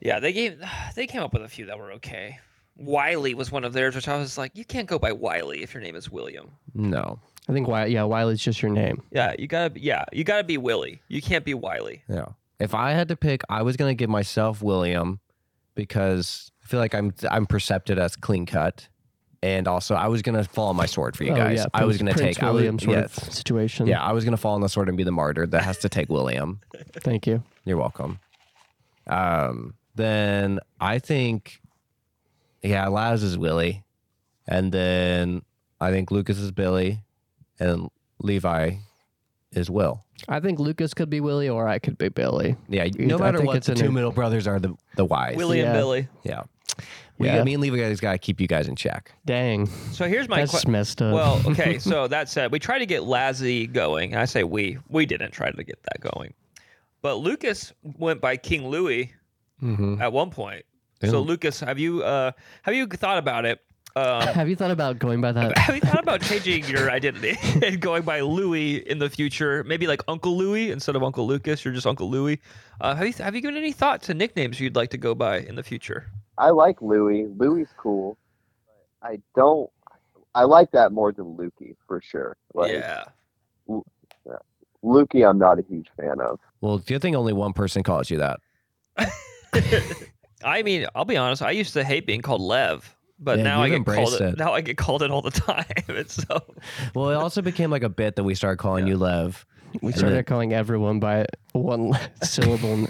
Yeah, they gave they came up with a few that were okay. Wiley was one of theirs, which I was like, you can't go by Wiley if your name is William.
No.
I think Wiley, yeah, Wiley's just your name.
Yeah, you gotta be- yeah, you gotta be Willie. You can't be Wiley.
Yeah. If I had to pick, I was gonna give myself William because I feel like I'm I'm percepted as clean cut, and also I was gonna fall on my sword for you
Oh,
guys.
yeah,
I was
Prince-
gonna
Prince
take I was-
William sort
yes.
of situation.
Yeah, I was gonna fall on the sword and be the martyr that has to take William.
Thank you.
You're welcome. Um, then I think, yeah, Laz is Willie, and then I think Lucas is Billy, and Levi is Will.
I think Lucas could be Willie or I could be Billy.
Yeah,
You-
no
I
matter
think
what,
it's
the
an-
two middle brothers are the the wise.
Willie and
Yeah.
Billy.
Yeah, we,
Yeah.
Me and Levi guys got to keep you guys in check.
Dang.
So here's my
that's
question.
messed up.
Well, okay, so that said, we tried to get Lazzy going. I say we. We didn't try to get that going. But Lucas went by King Louis
Mm-hmm.
at one point. So Lucas, have you uh have you thought about it? Um
have you thought about going by that?
have you thought about changing your identity and going by Louis in the future? Maybe like Uncle Louis instead of Uncle Lucas, you're just Uncle Louis. Uh, have you have you given any thought to nicknames you'd like to go by in the future?
I like Louis. Louis cool. But I don't. I like that more than Lukey for sure. Like,
yeah.
Lukey, I'm not a huge fan of.
Well, do you think only one person calls you that?
I mean, I'll be honest. I used to hate being called Lev, but
Yeah,
now I
you've
get called
embraced
it.
it.
Now I get called it all the time. It's so
Well, it also became like a bit that we started calling you Lev.
We started calling everyone by one syllable.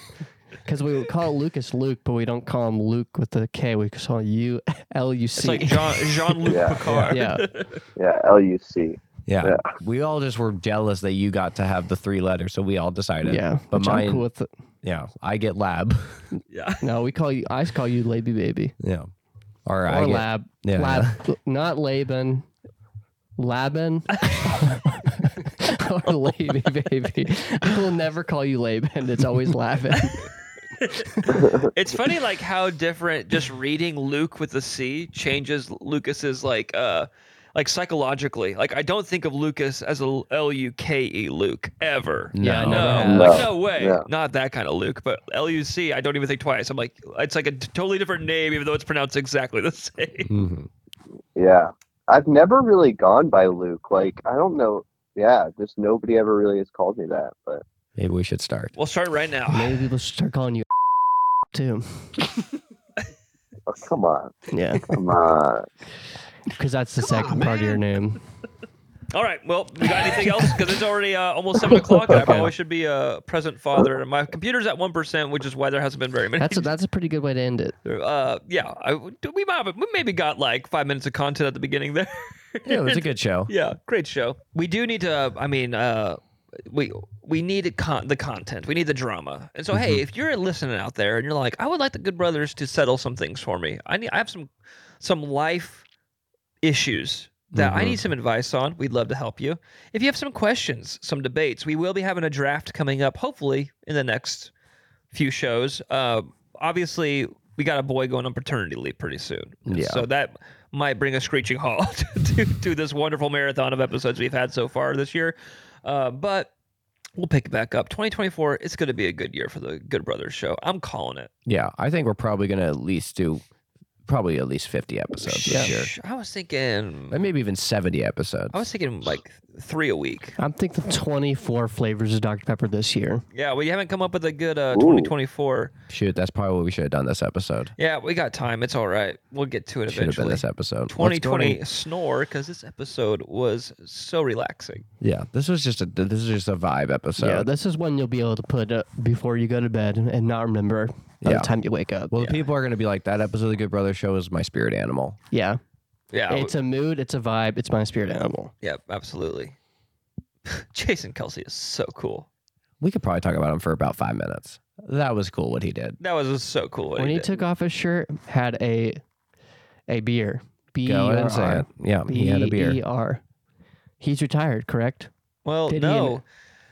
Because we would call Lucas Luke, but we don't call him Luke with the K. We call you L U
it's
C.
like Jean Jean Luc
Yeah,
Picard.
yeah.
Yeah, LUC.
Yeah.
Yeah.
we all just were jealous that you got to have the three letters, so we all decided.
Yeah.
but
which
mine,
I'm cool with. it.
yeah, I get lab.
yeah.
No, we call you. I call you Laby Baby
Yeah, or,
or
I get,
Lab.
Yeah.
Lab, not Laban. Laban or Laby Baby. I will never call you Laban. It's always Laban.
It's funny, like how different just reading Luke with the C changes Lucas's like uh like psychologically. Like I don't think of Lucas as a L U K E Luke ever.
Yeah,
No.
No,
no.
like
No.
no way,
Yeah.
not that kind of Luke. But L U C, I don't even think twice. I'm like, it's like a t- totally different name, even though it's pronounced exactly the same.
Mhm.
Yeah. I've never really gone by Luke. Like, I don't know. Yeah, just nobody ever really has called me that. But
Maybe we should start.
We'll start right now.
Maybe people should start calling you too.
oh, come on.
Yeah,
Come on.
because that's the second part of your name.
All right. Well, we got anything else? Because it's already uh, almost seven o'clock, and I probably should be a present father. And my computer's at one percent, which is why there hasn't been very many.
That's a, that's a pretty good way to end it.
Uh, yeah, I, we might have, we maybe got like five minutes of content at the beginning there.
Yeah, it was a good show.
yeah, great show. We do need to. I mean, uh, we we need con- the content. We need the drama. And so,
Mm-hmm.
hey, if you're listening out there and you're like, I would like the Good Brothers to settle some things for me. I need. I have some some life issues that I
Mhm.
need some advice on. We'd love to help you. If you have some questions, some debates, we will be having a draft coming up. Hopefully, in the next few shows. Uh, obviously, we got a boy going on paternity leave pretty soon. And
Yeah.
So that might bring a screeching halt to, to this wonderful marathon of episodes we've had so far this year. Uh, but we'll pick it back up. 2024, it's going to be a good year for the Good Brothers show. I'm calling it.
Yeah, I think we're probably gonna at least do probably at least fifty episodes this year,
Sh- I was thinking.
and maybe even seventy episodes.
I was thinking like three a week.
I'm thinking 24 flavors of Dr Pepper this year.
Yeah, we haven't come up with a good uh,
Ooh.
2024.
Shoot, that's probably what we should have done this episode.
Yeah, we got time. It's all right. We'll get to it
Should have been
eventually.
this episode. Let's go
2020
to-
snore because this episode was so relaxing.
Yeah, this was just a this is just a vibe episode.
yeah, this is one you'll be able to put up before you go to bed and not remember by
Yeah.
the time you wake up.
well, the people are gonna be like that episode of the Good Brother Show is my spirit animal.
yeah,
Yeah, w-
it's a mood, it's a vibe, it's my spirit animal.
yeah, absolutely. Jason Kelsey is so cool.
We could probably talk about him for about five minutes. That was cool what he did.
That was just so cool. what
when
he
he
did.
took off his shirt, had a a beer. B
Go
U
ahead and say
R.
it. Yeah, he had a
B
beer. Oh,
E R. He's retired, correct?
Well,
Did he
no.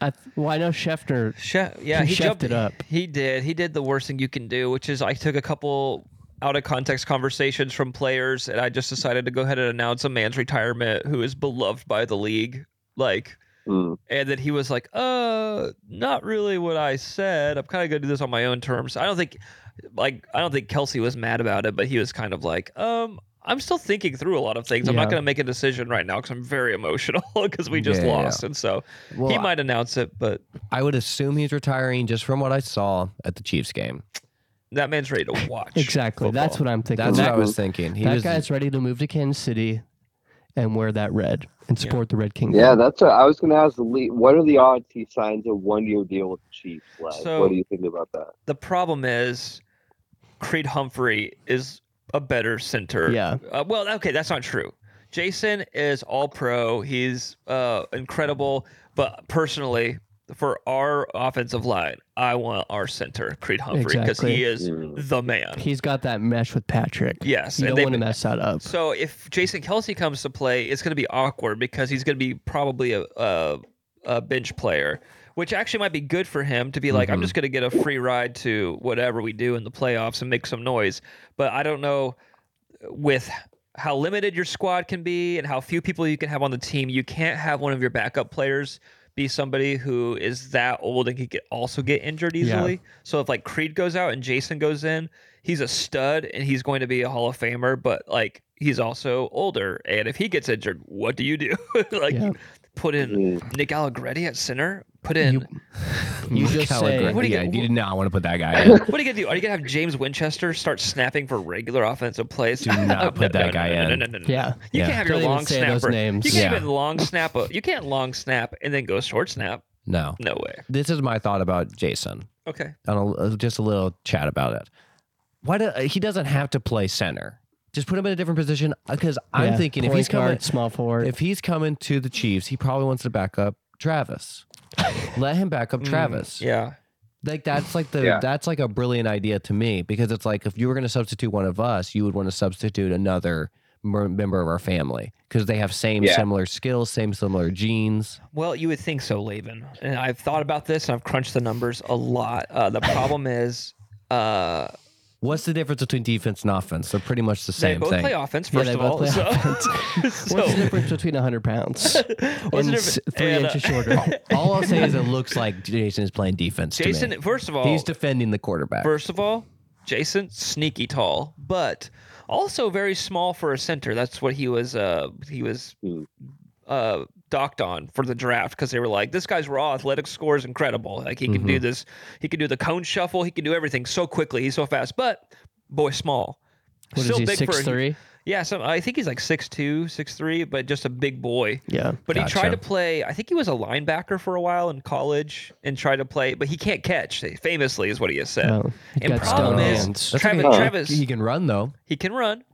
I th- well, I know Scheffner.
Chef, yeah, he,
chefed
jumped
it up.
He did. He did the worst thing you can do, which is I took a couple out of context conversations from players, and I just decided to go ahead and announce a man's retirement who is beloved by the league. Like,
Mm.
and then he was like, "Uh, not really what I said. I'm kind of gonna do this on my own terms." I don't think, like, I don't think Kelsey was mad about it, but he was kind of like, "Um." I'm still thinking through a lot of things. I'm
Yeah.
not going to make a decision right now because I'm very emotional because we just
Yeah, yeah, yeah.
lost, and so
Well,
he might announce it. But
I would assume he's retiring just from what I saw at the Chiefs game.
That man's ready to watch.
Exactly. That's what I'm thinking.
That's
that
what I was thinking. He
that
was
guy's ready to move to Kansas City and wear that red and support the Red Kingdom.
Yeah, that's what I was gonna ask. Lee, what are the odds he signs a one-year deal with the Chiefs? Like,
So-
what do you think about that?
the problem is. Creed Humphrey is a better center.
Yeah.
Uh, well, okay, that's not true. Jason is all pro. He's uh, incredible. But personally, for our offensive line, I want our center, Creed Humphrey, because
Exactly.
he is
Mm.
the man.
He's got that mesh with Patrick.
Yes, and
You don't
they-
want to mess that up.
So if Jason Kelsey comes to play, it's going to be awkward because he's going to be probably a, a a bench player, which actually might be good for him to be like, I'm
Mhm.
just going to get a free ride to whatever we do in the playoffs and make some noise. But I don't know with how limited your squad can be and how few people you can have on the team, you can't have one of your backup players be somebody who is that old and can get, also get injured easily. So if like Creed goes out and Jason goes in, he's a stud and he's going to be a Hall of Famer, but like he's also older. And if he gets injured, what do you do? like
Yeah.
put in
Mm.
Nick Allegretti at center? Put in.
You- You just say-
Calagre-
What do you
yeah,
get-
you did not want to put that guy in.
what are you gonna do? Are you gonna have James Winchester start snapping for regular offensive plays?
Do not
Oh,
put that guy
no, No,
in.
no, no, no, no.
Yeah.
you
Yeah.
can't have
Don't
your
even
long
say those
snapper.
names.
You can't
Yeah.
even long snap. A, you can't long snap and then go short snap.
No.
No way.
This is my thought about Jason.
Okay.
On a, uh, just a little chat about it. Why do, uh, he doesn't have to play center? Just put him in a different position because I'm
Yeah,
thinking if
point
he's
guard,
coming,
small forward.
if he's coming to the Chiefs, he probably wants to back up Travis. Let him back up Travis.
Mm, Yeah.
Like that's like the
Yeah.
that's like a brilliant idea to me because it's like if you were going to substitute one of us, you would want to substitute another mer- member of our family because they have same
Yeah.
similar skills, same similar genes.
Well, you would think so, Laban. And I've thought about this and I've crunched the numbers a lot. Uh, the problem is. Uh,
What's the difference between defense and offense? They're pretty much the
they
same
both
thing.
play offense,
Yeah,
first
they
of
both
all.
play
so,
What's the
so
difference between 100 pounds
What's the
and
difference-
s- three
and, uh,
inches shorter?
All I'll say is it looks like Jason is playing defense. to
Jason,
me.
first of all,
he's defending the quarterback.
First of all, Jason sneaky tall, but also very small for a center. That's what he was. Uh, he was
Mm.
uh, docked on for the draft because they were like, "This guy's raw athletic score is incredible. Like he can
Mm-hmm.
do this. He can do the cone shuffle. He can do everything so quickly. He's so fast, but boy, small.
What is
Still
he,
big for a-
6'3"?
Yeah, so I think he's like six two, six three, but just a big boy.
Yeah.
But he
Gotcha.
tried to play. I think he was a linebacker for a while in college and tried to play, but he can't catch. Famously, is what he has said.
Oh, he
and
got
problem
stout
is,
hands.
That's okay.
Travis,
Oh.
Travis,
he
he,
can run though.
can run.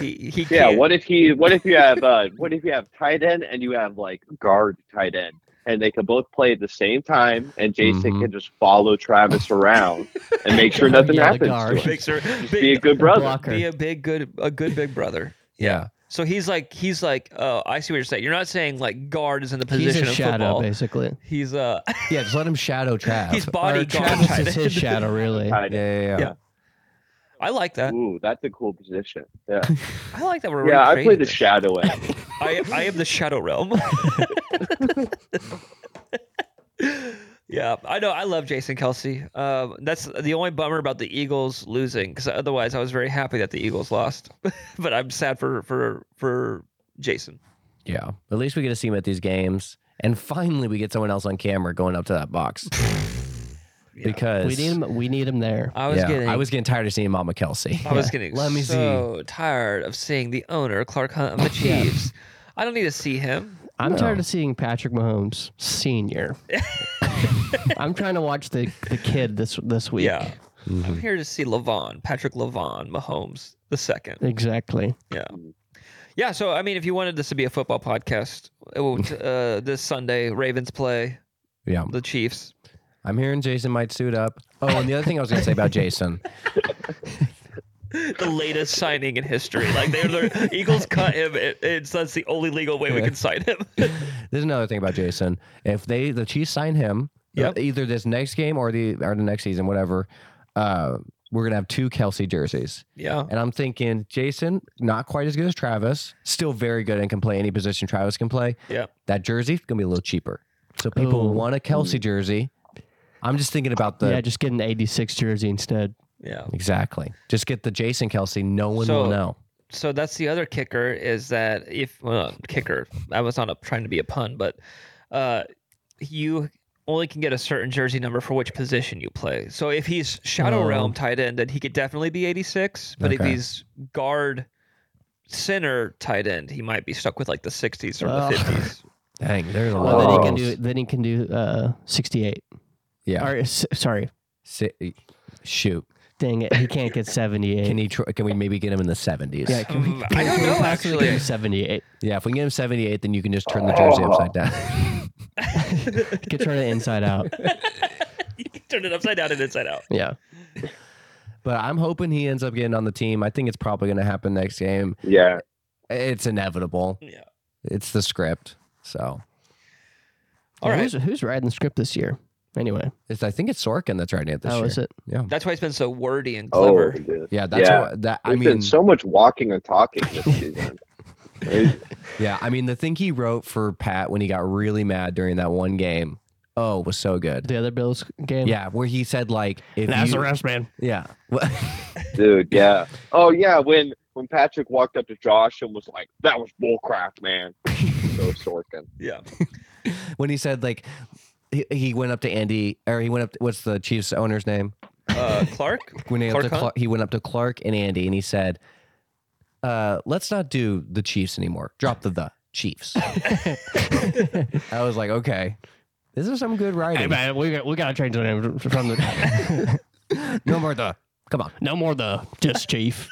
he he
Yeah,
can't.
what if he? What if you have? Uh, what if you have tight end and you have like guard tight end, and they can both play at the same time, and Jason
Mhm.
can just follow Travis around and make sure nothing
Yeah, the
happens.
guard.
To him.
Big sir-
Just
big-
be a good brother.
Blocker.
be a big good a good big brother.
Yeah.
So he's like he's like oh I see what you're saying. You're not saying like guard is in the
He's
position
a
of
shadow,
football.
basically.
He's uh
Yeah, just let him shadow Trav.
he's
Or
body guard.
Travis is
tight
his
end.
shadow, really.
Tight end.
yeah, yeah, yeah.
Yeah. I like that.
Ooh, that's a cool position. Yeah,
I like that we're
yeah. I play
recreating
the
this.
shadow end.
I I am the shadow realm. yeah, I know. I love Jason Kelsey. Um, that's the only bummer about the Eagles losing, because otherwise I was very happy that the Eagles lost. but I'm sad for for for Jason.
Yeah. At least we get to see him at these games. And finally, we get someone else on camera going up to that box.
Yeah.
Because
We need him. We need him there.
I was
yeah,
getting
I was getting tired of seeing Mama Kelsey.
I was
Yeah.
getting
Let me see.
so tired of seeing the owner Clark Hunt of the Chiefs. I don't need to see him.
I'm
No.
tired of seeing Patrick Mahomes senior. I'm trying to watch the, the kid this this week.
Yeah.
Mm-hmm.
I'm here to see Levon, Patrick Levon Mahomes the second.
Exactly.
Yeah. Yeah. So, I mean, if you wanted this to be a football podcast, it would, uh, this Sunday, Ravens play
Yeah.
the Chiefs.
I'm hearing Jason might suit up. Oh, and the other thing I was going to say about Jason
the latest signing in history. Like they're, the Eagles cut him. It, it's that's the only legal way we can sign him.
There's another thing about Jason. If they the Chiefs sign him, uh,
Yep.
either this next game or the or the next season, whatever, uh, we're gonna have two Kelsey jerseys.
yeah.
And I'm thinking Jason, not quite as good as Travis, still very good and can play any position Travis can play.
Yeah.
That jersey's gonna be a little cheaper. So people
Ooh.
want a Kelsey jersey. I'm just thinking about the
Oh. yeah, just get an 86 jersey instead.
Yeah.
exactly. Just get the Jason Kelsey. No one
So-
will know.
so that's the other kicker is that if well, not kicker I was not a, trying to be a pun, but uh, you only can get a certain jersey number for which position you play. So if he's Shadow
Oh.
Realm tight end, then he could definitely be 86. But if
Okay.
he's guard center tight end, he might be stuck with like the 60s or
Oh.
the 50s.
Dang, there's a lot.
Well, then he
of
can
those.
do then he can do uh 68.
Yeah.
Or s- sorry,
Si- shoot.
dang it, he can't get 78.
Can he? tr- Can we maybe get him in the 70s?
Yeah, can we,
Mm, I don't know
possibly get
actually.
him 78?
Yeah, if we can get him 78, then you can just turn the jersey
Oh.
upside down.
He could turn it inside out.
you can turn it upside down and inside out.
Yeah.
but I'm hoping he ends up getting on the team. I think it's probably going to happen next game.
Yeah.
It's inevitable.
Yeah.
It's the script. So
All
Yeah,
right.
Who's, who's riding the script this year? Anyway,
it's, I think it's Sorkin that's writing it this
how
year.
Oh, is it?
Yeah.
That's why it's been so wordy and
Oh,
clever.
dude.
Yeah, that's
Yeah.
what that I
There's
mean.
been so much walking and talking this season. There's-
yeah, I mean the thing he wrote for Pat when he got really mad during that one game. Oh, was so good.
The other Bills game?
Yeah, where he said like if you,
refs, man.
yeah, Well,
Dude, yeah. Oh yeah, when when Patrick walked up to Josh and was like, "That was bullcrap, man." so Sorkin.
Yeah.
when he said like he, he went up to Andy or he went up. what's the Chiefs owner's name?
Uh, Clark.
when he, went up
Clark
to
Hunt?
Clark, he went up to Clark and Andy and he said, uh, let's not do the Chiefs anymore. Drop the the Chiefs. I was like, okay, this is some good
Hey,
writing.
man, we got, we got to change the name from the.
no more the. Come on.
no more the just chief.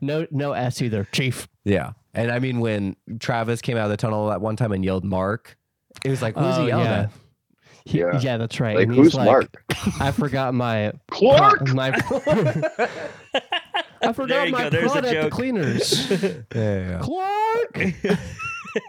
no, no S either. Chief.
Yeah. And I mean, when Travis came out of the tunnel that one time and yelled Mark, it was like, who's
Oh,
he yelling
yeah.
at?
He-
Yeah.
yeah. that's right.
Like,
And he's
who's Mark?
I forgot my
Clark.
My, I
There
forgot
you
my
go, there's the
prod at the
joke.
cleaners.
Yeah, yeah, yeah.
Clark.
Uh,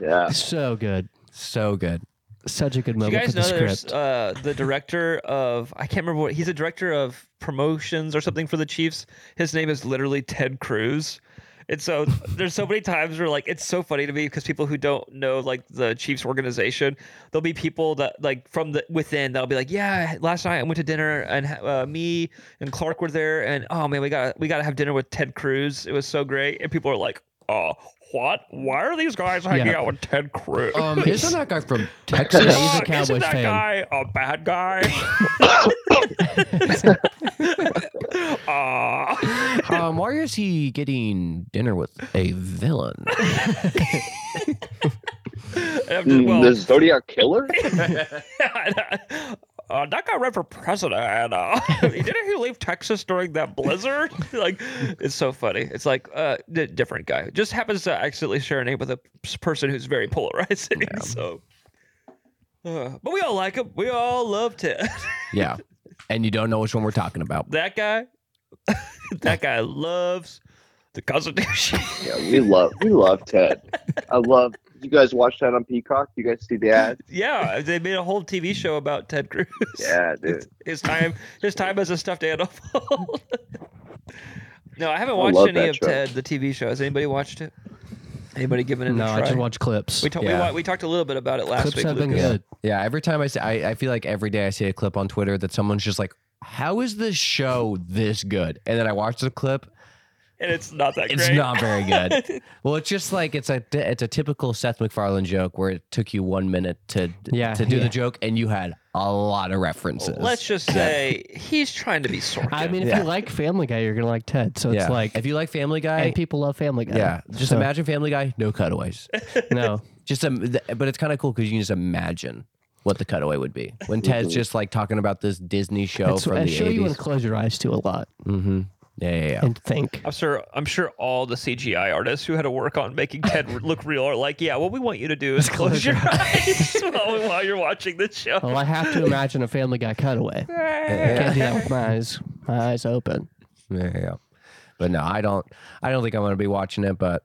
Yeah.
So good.
So good.
Such a good
Do you
moment
guys
for the
know there's
script.
uh, the director of I can't remember what he's a director of promotions or something for the Chiefs. His name is literally Ted Cruz. And so there's so many times where like it's so funny to me because people who don't know like the Chiefs organization, there'll be people that like from the within that'll be like, yeah, last night I went to dinner and uh, me and Clark were there and oh man, we got we got to have dinner with Ted Cruz. It was so great. And people are like, oh, what? Why are these guys hanging
Yeah.
out with Ted Cruz?
Um, isn't that guy from
Yeah,
Texas?
he's a
Dog,
Cowboys
isn't that
fan.
guy a bad guy? Aw.
um, why is he getting dinner with a villain?
And I'm just,
Mm,
um, well,
the Zodiac Killer.
uh, that guy ran for president. And, uh, didn't he leave Texas during that blizzard? like, it's so funny. It's like uh, d- different guy just happens to accidentally share a name with a s- person who's very polarizing. So, uh, but we all like him. We all love Ted.
Yeah. And you don't know which one we're talking about.
that guy. that guy loves the Constitution.
Yeah, we love we love Ted. I love. You guys watch that on Peacock? You guys see the ad?
Yeah, they made a whole TV show about Ted Cruz.
Yeah, dude.
his time, his time as a stuffed animal. no, I haven't watched
love
any
that
of
show.
Ted the TV show. Has anybody watched it? Anybody given it
No,
a try?
I just watch clips.
we, talked. we,
Yeah.
wa- we talked a little bit about it last
clips
week.
have been
Lucas.
good.
Yeah, every time I see, I, I feel like every day I see a clip on Twitter that someone's just like, "How is this show this good?" And then I watch the clip.
and it's not that
It's
great.
not very good. well, it's just like it's a it's a typical Seth MacFarlane joke where it took you one minute to
Yeah,
to do
yeah.
the joke and you had a lot of references.
Let's just say he's trying to be Sorkin.
I mean, if
Yeah.
you like Family Guy, you're gonna like Ted. So
yeah.
it's like,
if you like Family Guy,
and people love Family Guy.
yeah, just
So,
imagine Family Guy, no cutaways.
No,
just um, th- but it's kind of cool because you can just imagine what the cutaway would be when Ted's just like talking about this Disney show
it's
from
a
the
show you want
eighties.
to close your eyes to a lot
Mm-hmm. Yeah, yeah, yeah.
and think.
I'm sure. I'm sure all the CGI artists who had to work on making Ted look real are like, "Yeah, what we want you to do is close your eyes while, while you're watching this show."
Well, I have to imagine a Family Guy cutaway. Can't do that with my eyes. My eyes open.
Yeah, yeah. But no, I don't. I don't think I'm gonna be watching it. But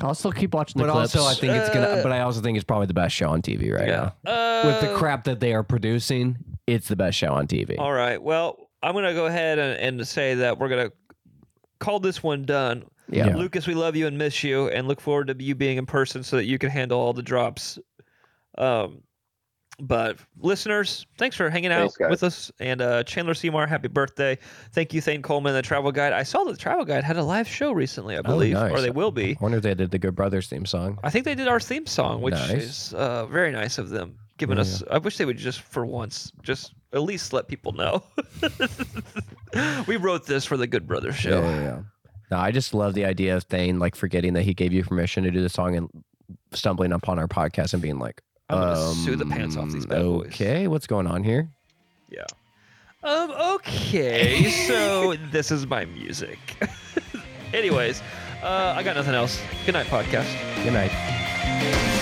uh,
I'll still keep watching the
but
clips.
also, I think it's gonna. But I also think it's probably the best show on TV right
Yeah.
now. With
Uh,
the crap that they are producing, it's the best show on TV.
Uh, All right. Well, I'm going to go ahead and, and say that we're going to call this one done.
Yeah.
Lucas, we love you and miss you and look forward to you being in person so that you can handle all the drops. Um, but listeners, thanks for hanging out
Thanks, guys.
with us. And uh, Chandler Seymour, happy birthday. Thank you, Thane Coleman, the travel guide. I saw that the travel guide had a live show recently, I believe,
Oh, nice.
or they will be.
I wonder if they did the Good Brothers theme song.
I think they did our theme song, which
Nice.
is uh, very nice of them. Giving us, I wish they would just for once, just at least let people know. we wrote this for the Good Brother show.
yeah, yeah. No, I just love the idea of Thane like forgetting that he gave you permission to do the song and stumbling upon our podcast and being like,
I'm gonna sue the pants off these
"Um,
bad boys."
Okay, what's going on here?
Um, okay, so this is my music. Anyways, uh, I got nothing else. Good night, podcast.
Good night.